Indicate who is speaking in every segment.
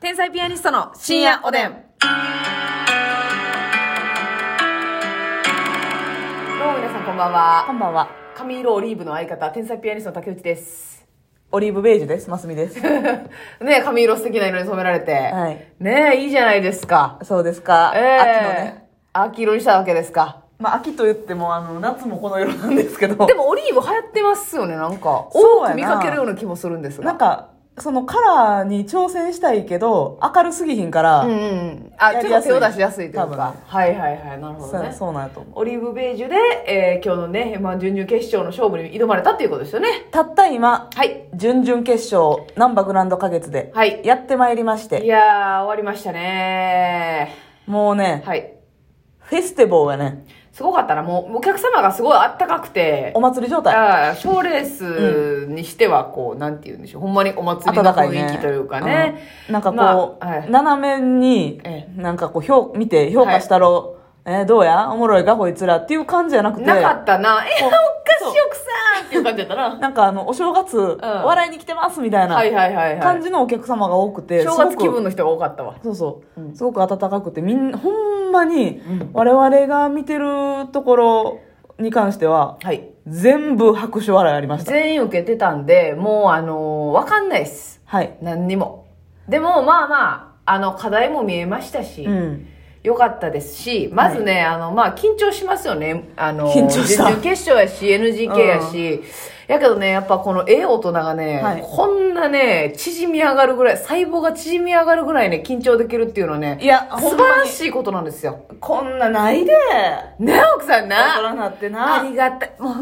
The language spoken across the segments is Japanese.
Speaker 1: 天才ピアニストの深夜おでん。どうも皆さんこんばん
Speaker 2: こ
Speaker 1: は。
Speaker 2: んばんは。
Speaker 1: 髪色オリーブの相方、天才ピアニストの竹内です。
Speaker 2: オリーブベージュです。マス ミです。
Speaker 1: ね髪色素敵な色に染められて。
Speaker 2: はい
Speaker 1: ねいいじゃないですか。
Speaker 2: そうですか。
Speaker 1: ええ
Speaker 2: 秋のね。
Speaker 1: 秋色にしたわけですか。
Speaker 2: まあ、秋と言っても、あの、夏もこの色なんですけど。
Speaker 1: でもオリーブ流行ってますよね、なんか。
Speaker 2: そう
Speaker 1: 多
Speaker 2: やな
Speaker 1: く見かけるような気もするんです
Speaker 2: な
Speaker 1: が。
Speaker 2: んか、そのカラーに挑戦したいけど、明るすぎひんから、
Speaker 1: うんうん。あ、
Speaker 2: や
Speaker 1: ち
Speaker 2: り
Speaker 1: ょっ
Speaker 2: や
Speaker 1: と
Speaker 2: す
Speaker 1: 手
Speaker 2: い
Speaker 1: を出しやすいという
Speaker 2: 多分
Speaker 1: か
Speaker 2: ね。
Speaker 1: はいはいはい、なるほ
Speaker 2: そ
Speaker 1: ど
Speaker 2: う
Speaker 1: ね。
Speaker 2: そうなんやと思う。
Speaker 1: オリーブベージュで、えー今日のね、まあ、準々決勝の勝負に挑まれたっていうことですよね。
Speaker 2: たった今、
Speaker 1: はい。
Speaker 2: 準々決勝、ナンバグランド花月で、
Speaker 1: はい
Speaker 2: やってまいりまし
Speaker 1: い
Speaker 2: て、
Speaker 1: やー、終わりましたね
Speaker 2: もうね、
Speaker 1: はい。
Speaker 2: フェスティバルやね、
Speaker 1: すごかったな。もう、お客様がすごいあったかくて
Speaker 2: お、祭り状態。
Speaker 1: あー賞レースにしては、こう、なんて言うんでしょう。ほんまにお祭りの
Speaker 2: 暖かい
Speaker 1: 雰囲
Speaker 2: ね
Speaker 1: 気というかね。
Speaker 2: うんなんかこう、
Speaker 1: まあはい
Speaker 2: 斜めに
Speaker 1: え
Speaker 2: なんかこう評見て評価したろ、えーどうやおもろいかこいつらっていう感じじゃなくて
Speaker 1: なかったな。え、お
Speaker 2: こう
Speaker 1: 菓子奥さんっていう感じだったな。
Speaker 2: なんかあのお正月、笑いに来てますみたいな
Speaker 1: はいはいはいは
Speaker 2: 感
Speaker 1: い。
Speaker 2: じのお客様が多くて、
Speaker 1: 正月
Speaker 2: すごく
Speaker 1: 気分の人が多かったわ。
Speaker 2: そうそう、すごく温かくてみんなほんまに我々が見てるところに関しては
Speaker 1: はい。
Speaker 2: 全部拍手笑いありました
Speaker 1: 全員受けてたんで、もう、あのーわかんないっす。
Speaker 2: はい
Speaker 1: 何にもでもまあまああの課題も見えましたし、
Speaker 2: う
Speaker 1: 良
Speaker 2: ん
Speaker 1: かったですしまずね、あのまあ緊張しますよねあの
Speaker 2: 緊張し
Speaker 1: 準
Speaker 2: た
Speaker 1: 々決勝やし NGK やし、やけどねやっぱこのええ大人がね、
Speaker 2: はい
Speaker 1: こんなね縮み上がるぐらい細胞が縮み上がるぐらいね緊張できるっていうのはね
Speaker 2: いやほ
Speaker 1: 素
Speaker 2: んま
Speaker 1: 晴ら
Speaker 2: に
Speaker 1: しいことなんですよ
Speaker 2: こんなないで
Speaker 1: ね奥さん
Speaker 2: 大
Speaker 1: な
Speaker 2: 人なってな
Speaker 1: ありがたいもう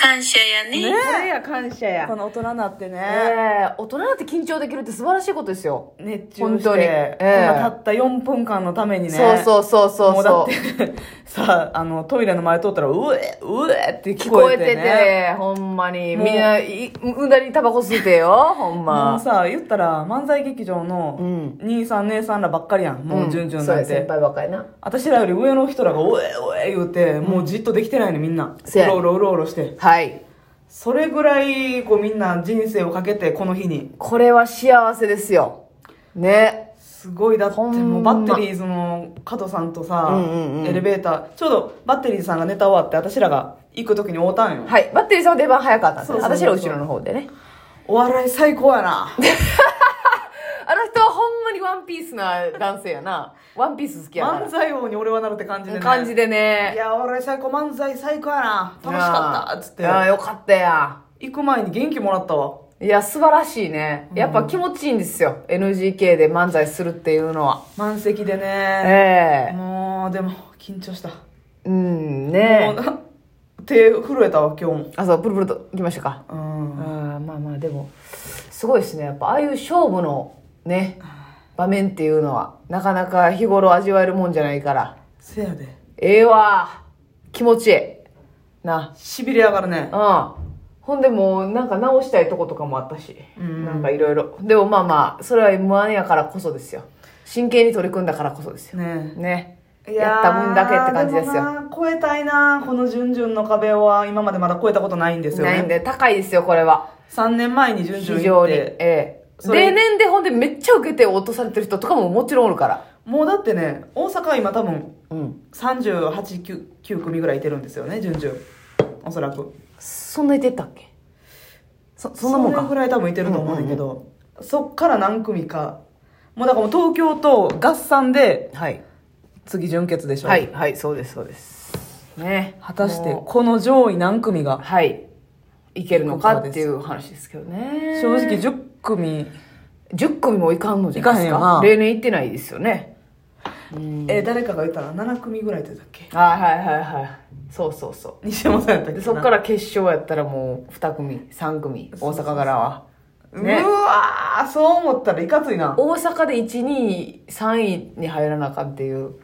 Speaker 3: 感謝やね。
Speaker 2: ね
Speaker 1: これや感謝や
Speaker 2: この大人になってね、
Speaker 1: ええ大人だって緊張できるって素晴らしいことですよ、
Speaker 2: 熱中
Speaker 1: 本
Speaker 2: して
Speaker 1: 当にええ
Speaker 2: こんなたった4分間のためにね
Speaker 1: そうそうそうそうそう
Speaker 2: もうだって さああのトイレの前通ったらうえうえって聞
Speaker 1: 聞
Speaker 2: こ
Speaker 1: こ
Speaker 2: え
Speaker 1: え
Speaker 2: て,、
Speaker 1: て
Speaker 2: ね、
Speaker 1: て、ほんまに。
Speaker 2: もう
Speaker 1: みんな、いうんだりタバコ吸ってよ、ほん
Speaker 2: もう
Speaker 1: ま。
Speaker 2: さ言ったら漫才劇場
Speaker 1: う
Speaker 2: の
Speaker 1: ん。
Speaker 2: 兄さん姉さんらばっかりやんもう順々
Speaker 1: そう
Speaker 2: な
Speaker 1: や
Speaker 2: んて、
Speaker 1: 先輩ばっかりな。
Speaker 2: 私らより上の人らがおえおえ言うてもうじっとできてないねみんなう
Speaker 1: せや
Speaker 2: ろうろうろうろして
Speaker 1: はい。
Speaker 2: それぐらいこうみんな人生をかけてこの日に
Speaker 1: これは幸せですよ。ね。
Speaker 2: すごいだって
Speaker 1: ほんま
Speaker 2: もうバッテリーズの加藤さんとさ、
Speaker 1: うんうんうん
Speaker 2: エレベーターちょうどバッテリーズさんがネタ終わって私らが行く時に会うたんよ、
Speaker 1: はい。バッテリーさんは出番早かったんですね
Speaker 2: そうそう
Speaker 1: 私
Speaker 2: そ
Speaker 1: ら
Speaker 2: う
Speaker 1: 後ろの方でね。
Speaker 2: お笑い最高やな
Speaker 1: あの人はほんまにワンピースな男性やな。ワンピース好きや
Speaker 2: 漫
Speaker 1: な。
Speaker 2: 才王に俺はなるって感じで、ね、
Speaker 1: 感じで
Speaker 2: い
Speaker 1: ね。
Speaker 2: やお笑い最高漫才最高やな楽しかったっつって
Speaker 1: ああ、よかったや。
Speaker 2: 行く前に元気もらったわ
Speaker 1: いや、素晴らしいね。やっぱ気持ちいいんですよ。NGK で漫才するっていうのは。
Speaker 2: 満席でね
Speaker 1: ええ
Speaker 2: もうでも緊張した、
Speaker 1: うん、ねえ。
Speaker 2: もう手震えたわ今日
Speaker 1: あ、そう、プルプルと行きましたか。
Speaker 2: もうん
Speaker 1: あーまあまあでもすごいですねやっぱああいう勝負のね場面っていうのはなかなか日頃味わえるもんじゃないから
Speaker 2: せやで
Speaker 1: ええわ気持ちいいな
Speaker 2: しびれ上がるね
Speaker 1: うんほんでもうなんか直したいとことかもあったし、
Speaker 2: うん
Speaker 1: なんかいろいろでもまあまあそれは m 1やからこそですよ真剣に取り組んだからこそですよ
Speaker 2: ね
Speaker 1: ね
Speaker 2: え
Speaker 1: やった分だけって感じです
Speaker 2: い
Speaker 1: よ
Speaker 2: やーでもな超えたいなこの「じゅんじゅん」の壁は今までまだ超えたことないんですよ
Speaker 1: ないん
Speaker 2: ね
Speaker 1: で高いですよこれは
Speaker 2: 3年前に「じゅんじゅん」
Speaker 1: 非
Speaker 2: 行
Speaker 1: 常
Speaker 2: っ
Speaker 1: に
Speaker 2: て
Speaker 1: ええ
Speaker 2: そ
Speaker 1: 例
Speaker 2: れ
Speaker 1: 年でほんでめっちゃ受けて落とされてる人とかももちろんおるから
Speaker 2: もうだってね大阪今多分
Speaker 1: うん
Speaker 2: 38九九組ぐらいいてるんですよね順々おそらく
Speaker 1: そんないてったっけそそんなもん
Speaker 2: れ
Speaker 1: か
Speaker 2: ぐらい多分いてると思うんだけど、そっから何組かもうだからもう東京と合算で
Speaker 1: はい
Speaker 2: 次準決でしょ
Speaker 1: はいはいそうですそうですね
Speaker 2: 果たして
Speaker 1: も
Speaker 2: この上位何組
Speaker 1: う
Speaker 2: が
Speaker 1: はいいけるのかっていう話ですけどね
Speaker 2: 正直10組、
Speaker 1: 10組もいかんのじゃないですか
Speaker 2: いかへんよな
Speaker 1: 例年行ってないですよね
Speaker 2: えー誰かが言ったら7組ぐらいって言ったっけ
Speaker 1: はいはいはいはいそうそうそ
Speaker 2: 西山さんやったっ
Speaker 1: う
Speaker 2: け
Speaker 1: で
Speaker 2: な
Speaker 1: そっから決勝やったらもう2組3組大阪からはね
Speaker 2: うわーそう思ったらいかついな
Speaker 1: 大阪で1位3位に入らなあかんっていう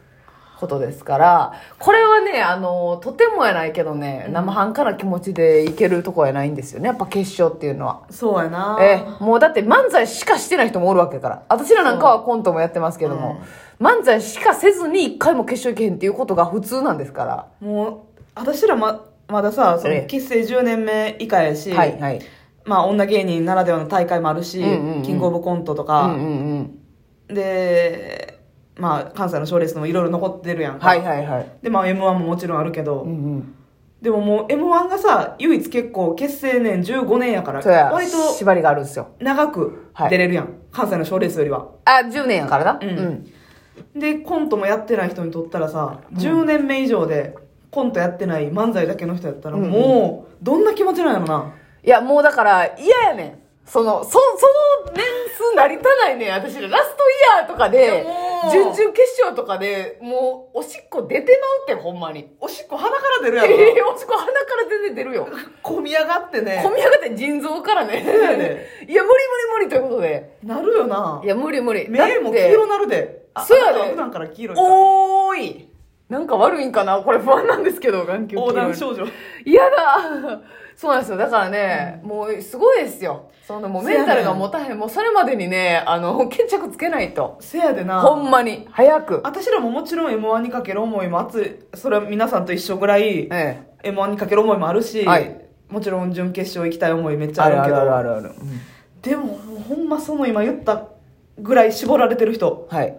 Speaker 1: ことですからこれはねあのとてもやないけどね生半可な気持ちでいけるとこやないんですよねやっぱ決勝っていうのは。
Speaker 2: そうやな
Speaker 1: ええもうだって漫才しかしてない人もおるわけから私らなんかはコントもやってますけども、漫才しかせずに一回も決勝行けへんっていうことが普通なんですから
Speaker 2: もう私らままださそ
Speaker 1: え
Speaker 2: の
Speaker 1: え
Speaker 2: 結成10年目以下やし、
Speaker 1: はいはい
Speaker 2: まあ、女芸人ならではの大会もあるし、
Speaker 1: うんうんうん
Speaker 2: キングオブコントとか、
Speaker 1: うんうんうん
Speaker 2: で、まあ、関西の賞レースもいろいろ残ってるやんか。
Speaker 1: はいはいはい。
Speaker 2: で、まあ、M1 ももちろんあるけど、
Speaker 1: うんうん。
Speaker 2: でももう M1 がさ、唯一結構結成年15年やから、
Speaker 1: そうや。
Speaker 2: 割と
Speaker 1: 縛りがあるんですよ。
Speaker 2: 長く出れるやん。関西の賞レースよりは。
Speaker 1: あ、10年やからな。
Speaker 2: うん
Speaker 1: うん。
Speaker 2: で、コントもやってない人にとったらさ、10年目以上でコントやってない漫才だけの人やったら、
Speaker 1: うんうん
Speaker 2: もう、どんな気持ちなんやろな。
Speaker 1: いや、もうだから嫌やねん。その、そ、その年数成り立たないねん。私らラストイヤーとか
Speaker 2: いや
Speaker 1: で
Speaker 2: も、う
Speaker 1: 準々決勝とかで、もう、おしっこ出てまうってん、ほんまに。
Speaker 2: おしっこ鼻から出る
Speaker 1: え
Speaker 2: やろな。
Speaker 1: ー、 おしっこ鼻から全然出るよ。
Speaker 2: こみ上がってね。
Speaker 1: こみ上がって腎臓から ね。いや、
Speaker 2: うや
Speaker 1: 無理無
Speaker 2: ね
Speaker 1: 理無理ということで。。
Speaker 2: なるよない
Speaker 1: や、無理無理。
Speaker 2: 目も黄色なるで。あ
Speaker 1: そうやで
Speaker 2: あ普段から黄色いから。
Speaker 1: おーいなんか悪いんかなこれ不安なんですけど、眼球
Speaker 2: 横断少女。
Speaker 1: 嫌だそうなんですよ。だからね、もうすごいですよ。そんなもうメンタルが持たへん。もうそれまでにね、あの、決着つけないと。
Speaker 2: せやでな。
Speaker 1: ほんまに。早く。
Speaker 2: 私らももちろん M1 にかける思いも熱い。それは皆さんと一緒ぐらい、
Speaker 1: ええ。
Speaker 2: M1 にかける思いもあるし、
Speaker 1: はい
Speaker 2: もちろん準決勝行きたい思いめっちゃあるけど。
Speaker 1: るある。うん
Speaker 2: でも、ほんまその今言ったぐらい絞られてる人。
Speaker 1: はい。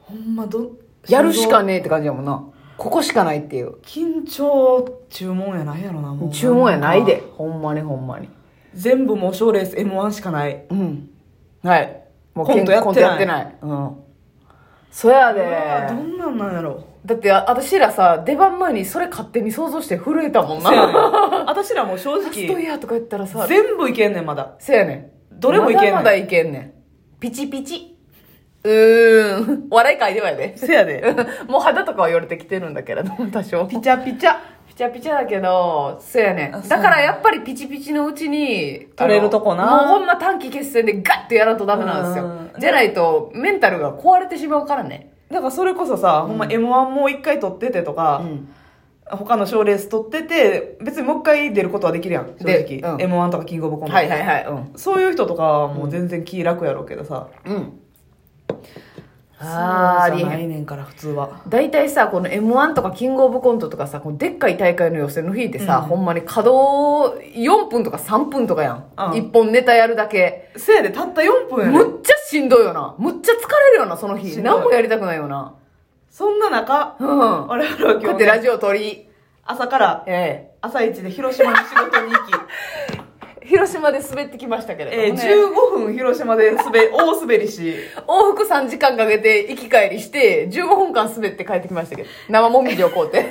Speaker 2: ほんまど、
Speaker 1: やるしかねえって感じやもんな。ここしかないっていう。
Speaker 2: 緊張、注文やないやろな、もう。
Speaker 1: 注文やないで。。ほんまにほんまに。
Speaker 2: 全部もう賞レース M1 しかない。
Speaker 1: うん。はい。も
Speaker 2: コントやってない
Speaker 1: コントやってない。うん。そや
Speaker 2: うわど
Speaker 1: で。
Speaker 2: んなんなんやろ。
Speaker 1: だって、あ私らさ、出番前にそれ勝手に想像して震えたもんな。
Speaker 2: せやねん
Speaker 1: ラ
Speaker 2: 私らもう正
Speaker 1: ストイ
Speaker 2: 直、
Speaker 1: ヤーとか言ったらさ、
Speaker 2: 全部いけんねん、まだ。
Speaker 1: せやねん。
Speaker 2: どれもいけんねん
Speaker 1: まだまだいけんねん。ピチピチ。うーん。お笑い界ではやで。
Speaker 2: せやで。
Speaker 1: もう肌とかは言われてきてるんだけれども、多少。ピ
Speaker 2: ピチャピチャ。
Speaker 1: チャピチャだけど、せやねん。
Speaker 2: あそう
Speaker 1: だからやっぱりピチピチのうちに、
Speaker 2: 取れるとこな
Speaker 1: あのもうほんま短期決戦でガッてやらんとダメなんですよ。
Speaker 2: うん
Speaker 1: じゃないと、メンタルが壊れてしまうからね。
Speaker 2: だからそれこそさ、ほんま M1 もう一回取っててとか、他の賞レース取ってて、別にもう一回出ることはできるやん、正
Speaker 1: で
Speaker 2: 直。
Speaker 1: うん
Speaker 2: M1 とかキングオブコント。
Speaker 1: はいはいはい。うん。
Speaker 2: そういう人とかはもう全然気楽やろうけどさ。
Speaker 1: うん。あー、あ
Speaker 2: そう
Speaker 1: りえ
Speaker 2: じゃ
Speaker 1: へん
Speaker 2: ないねんから、普通は。
Speaker 1: 大体さ、この M1 とかキングオブコントとかさ、このでっかい大会の予選の日ってさ、
Speaker 2: うん
Speaker 1: ほんまに稼働4分とか3分とかやん。
Speaker 2: うん
Speaker 1: 一本ネタやるだけ。
Speaker 2: せやで、たった4分やねん。
Speaker 1: むっちゃしんどいよな。むっちゃ疲れるよな、その
Speaker 2: しん
Speaker 1: 日。
Speaker 2: どい
Speaker 1: 何もやりたくないよな。
Speaker 2: そんな中、
Speaker 1: うん。こ
Speaker 2: 我々は
Speaker 1: うや
Speaker 2: 今
Speaker 1: って
Speaker 2: 日、
Speaker 1: ラ
Speaker 2: ね、
Speaker 1: ジオ撮り。
Speaker 2: 朝から
Speaker 1: え
Speaker 2: 朝一で広島に仕事に 行き、
Speaker 1: え。広島で滑ってきましたけれ
Speaker 2: え
Speaker 1: ど
Speaker 2: ー、
Speaker 1: も、ね。
Speaker 2: 15分広島で滑、大滑りし、
Speaker 1: 往復3時間かけて行き帰りして、15分間滑って帰ってきましたけど。生もみじを買うて。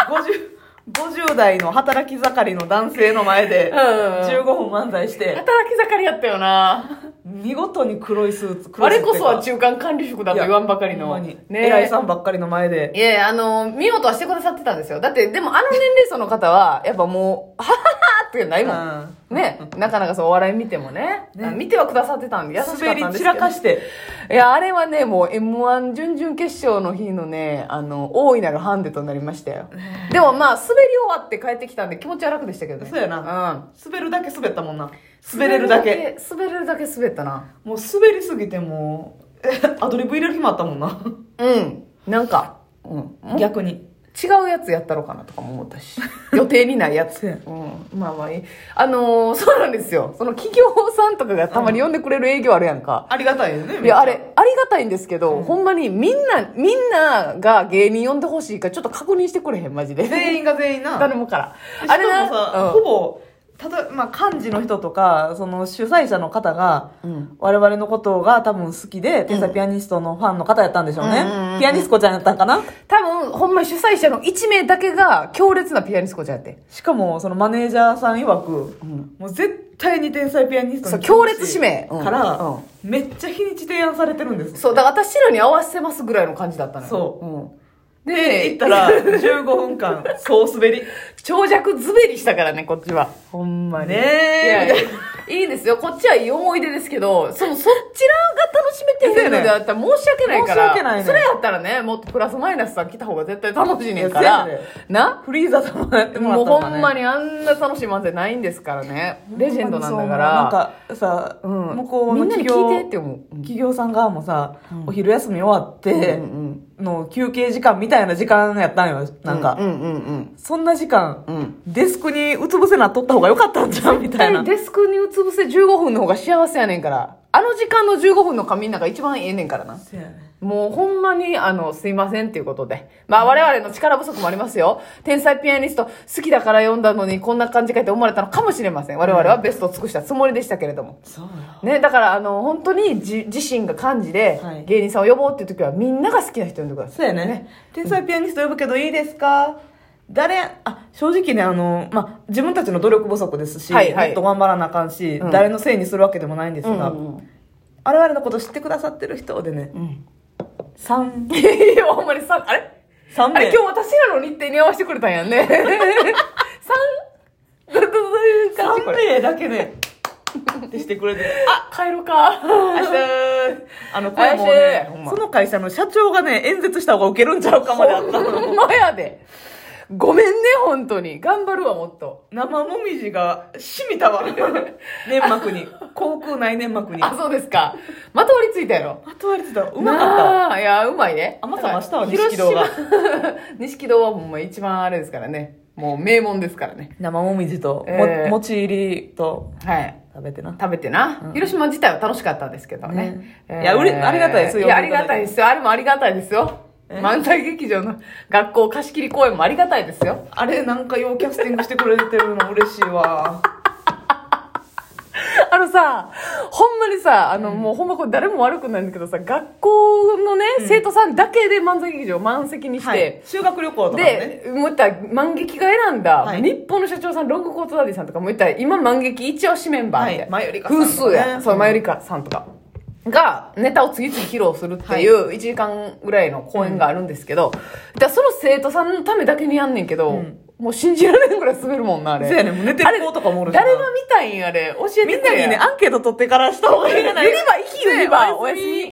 Speaker 2: 50 50代の働き盛りの男性の前で
Speaker 1: うんうんうん
Speaker 2: 15分漫才して
Speaker 1: 働き盛りやったよな。
Speaker 2: 見事に黒いスーツ黒い
Speaker 1: 我
Speaker 2: スーツっ
Speaker 1: こ
Speaker 2: ていう
Speaker 1: そ
Speaker 2: か
Speaker 1: は中間管理職だと言わんばかり
Speaker 2: いや
Speaker 1: の。
Speaker 2: ほんまに
Speaker 1: ね
Speaker 2: 偉いさんばっかりの前で
Speaker 1: いやいや、あの、見ようとはしてくださってたんですよ。だって、でもあの年齢層の方は、やっぱもう、 はははってないもん。ね、なかなかそう、お笑い見てもね。
Speaker 2: ね
Speaker 1: あ見てはくださってたんで、優しかった
Speaker 2: 滑
Speaker 1: んですけど。
Speaker 2: り散らかして
Speaker 1: いや、あれはね、もう M1 準々決勝の日のね、あの、大いなるハンデとなりましたよ。でもまあ、滑り終わって帰ってきたんで気持ちは楽でしたけどね。
Speaker 2: そうや
Speaker 1: な。
Speaker 2: 滑るだけ滑ったもんな
Speaker 1: うん。
Speaker 2: 滑れるだけ。
Speaker 1: 滑れるだけ滑ったな。
Speaker 2: もう滑りすぎてもうアドリブ入れる日もあったもんな
Speaker 1: うん。なんか、うん。
Speaker 2: 逆に
Speaker 1: 違うやつやったろかなとかも思った し予定にないやつ、うん、まあまあいいあのーそうなんですよその企業さんとかがたまに呼んでくれる営業あるやんか、
Speaker 2: ありがたいよねめっ
Speaker 1: い
Speaker 2: ちゃ
Speaker 1: やあれありがたいんですけど、ほんまにみんなみんなが芸人呼んでほしいからちょっと確認してくれへんマジで
Speaker 2: 全員が全員な
Speaker 1: 頼むから
Speaker 2: あれも
Speaker 1: うん
Speaker 2: さ、ほぼ、たとまあ、幹事の人とか、その主催者の方が、
Speaker 1: うん
Speaker 2: 我々のことが多分好きで、天才ピアニストのファンの方やったんでしょうね。
Speaker 1: うんうんうんうん
Speaker 2: ピアニスコちゃんやったんかな
Speaker 1: 多分ほんまに主催者の1名だけが強烈なピアニスコちゃんやって
Speaker 2: しかも、そのマネージャーさん曰く、
Speaker 1: ん
Speaker 2: もう絶対に天才ピアニストに
Speaker 1: そう強烈指名うん
Speaker 2: から、
Speaker 1: うん
Speaker 2: めっちゃ日にち提案されてるんです。
Speaker 1: そうだから私らに合わせますぐらいの感じだったのよ、
Speaker 2: そう
Speaker 1: うん、
Speaker 2: で、行ったら、15分間、総滑り。
Speaker 1: 長尺ズベりしたからねこっちはほんまに
Speaker 2: ね
Speaker 1: いやいや
Speaker 2: え。
Speaker 1: いいですよ。こっちはいい思い出ですけど、その、そちらが楽しめてへんのであったら申し訳ないから。
Speaker 2: 申し訳ないね
Speaker 1: それやったらね、もっとプラスマイナスさん来た方が絶対楽しいねんから
Speaker 2: いやせやね。
Speaker 1: な
Speaker 2: フリーザ様やってもら
Speaker 1: も
Speaker 2: っ
Speaker 1: う
Speaker 2: たの
Speaker 1: ほ
Speaker 2: かね
Speaker 1: んまにあんな楽しい漫才ないんですからね。レジェンドなんだから。
Speaker 2: なんかさ、
Speaker 1: うん。
Speaker 2: 向こう
Speaker 1: み
Speaker 2: の
Speaker 1: んなに
Speaker 2: 企
Speaker 1: 聞いて
Speaker 2: 業
Speaker 1: って思う。うん
Speaker 2: 企業さん側もさ、お昼休み終わって、
Speaker 1: うんうん
Speaker 2: 分の休憩時間みたいな時間やったんよ。なんか、
Speaker 1: うんうんうん
Speaker 2: そんな時間、
Speaker 1: うんうん
Speaker 2: デスクにうつ伏せなっとった方が良かったんじ ゃんみた
Speaker 1: 絶
Speaker 2: いな
Speaker 1: 対。デスクにうつ伏せ15分の方が幸せやねんからあの時間の15分の髪の中一番ええねんからな
Speaker 2: そうやね
Speaker 1: もうほんまに、あの、すいませんっていうことで。まあ我々の力不足もありますよ。天才ピアニスト、好きだから読んだのにこんな感じかって思われたのかもしれません。我々はベストを尽くしたつもりでしたけれども。
Speaker 2: そうや。
Speaker 1: ね、だからあの、本当にじ自身が漢字で
Speaker 2: はい
Speaker 1: 芸人さんを呼ぼうっていう時はみんなが好きな人呼んでください。
Speaker 2: そうやね。天才ピアニスト呼ぶけどいいですか誰、あ、正直ね、あの、まあ、自分たちの努力不足ですし、
Speaker 1: はいはい
Speaker 2: もっと頑張らなあかんし、
Speaker 1: うん
Speaker 2: 誰のせいにするわけでもないんですが、
Speaker 1: うんうん
Speaker 2: 我々のこと知ってくださってる人でね、
Speaker 1: ん
Speaker 2: 三
Speaker 1: いやいや、ほんまにさ、あれ
Speaker 2: 三
Speaker 1: あ
Speaker 2: 名
Speaker 1: れ今日私らの日程に合わせてくれたんやん ね。3? どどどどういう感じこ
Speaker 2: 三
Speaker 1: れ。
Speaker 2: 名だけね、 ってしてくれて、
Speaker 1: あ、帰ろうか。
Speaker 2: あしあの、これもうね
Speaker 1: 怪しいほん、ま
Speaker 2: その会社の社長がね、演説した方がウケるんちゃうかまであったの。
Speaker 1: ほんまやで。ごめんね、本当に。頑張るわ、もっと。
Speaker 2: 生もみじが染みたわ。 粘膜に。口腔内粘膜に。
Speaker 1: あ、そうですか。まとわりついたやろ。
Speaker 2: まとわれてた。うまかっ
Speaker 1: った。いや、うまいね。
Speaker 2: 甘さ増したわ
Speaker 1: だから
Speaker 2: 錦戸が
Speaker 1: 広島 錦戸はもう一番あれですからね。もう名門ですからね。
Speaker 2: た。生もみじと、
Speaker 1: えー
Speaker 2: も、もち入りと、
Speaker 1: はい。
Speaker 2: 食べてな。
Speaker 1: 食べてな、広島自体は楽しかったですけどね
Speaker 2: ね。いやうれありがたいですよ
Speaker 1: いや、ありがたいですよ。あれもありがたいですよ。
Speaker 2: えー
Speaker 1: 漫才劇場の学校貸し切り公演もありがたいですよ。
Speaker 2: あれ、なんかようキャスティングしてくれてるの嬉しい わ。
Speaker 1: あのさ、ほんまにさ、あの、もうほんまこれ誰も悪くないんだけどさ、学校のね、生徒さんだけで漫才劇場を満席にして、
Speaker 2: はい。修学旅行とかもね。
Speaker 1: で、もういったら、万劇が選んだ、
Speaker 2: はい
Speaker 1: 日本の社長さん、ロングコートダディさんとか、もういったら、今万劇一押しメンバーみたいな。
Speaker 2: はいマユリカさんと
Speaker 1: 風
Speaker 2: か
Speaker 1: 数
Speaker 2: ね
Speaker 1: や。そうう、
Speaker 2: ん
Speaker 1: マユリカさんとか。が、ネタを次々披露するっていう、1時間ぐらいの公演があるんですけど、だからその生徒さんのためだけにやんねんけど、
Speaker 2: うん
Speaker 1: もう信じられんぐらい滑るもんな、あれ。
Speaker 2: そうやねもう寝てる子とかもおるしな
Speaker 1: あれ誰が見たいんや、あれ。教えてく
Speaker 2: みん
Speaker 1: れ
Speaker 2: な
Speaker 1: や。
Speaker 2: にね、アンケート取ってからした方がいいんじゃない
Speaker 1: ユニバ行きユニバおやすみ。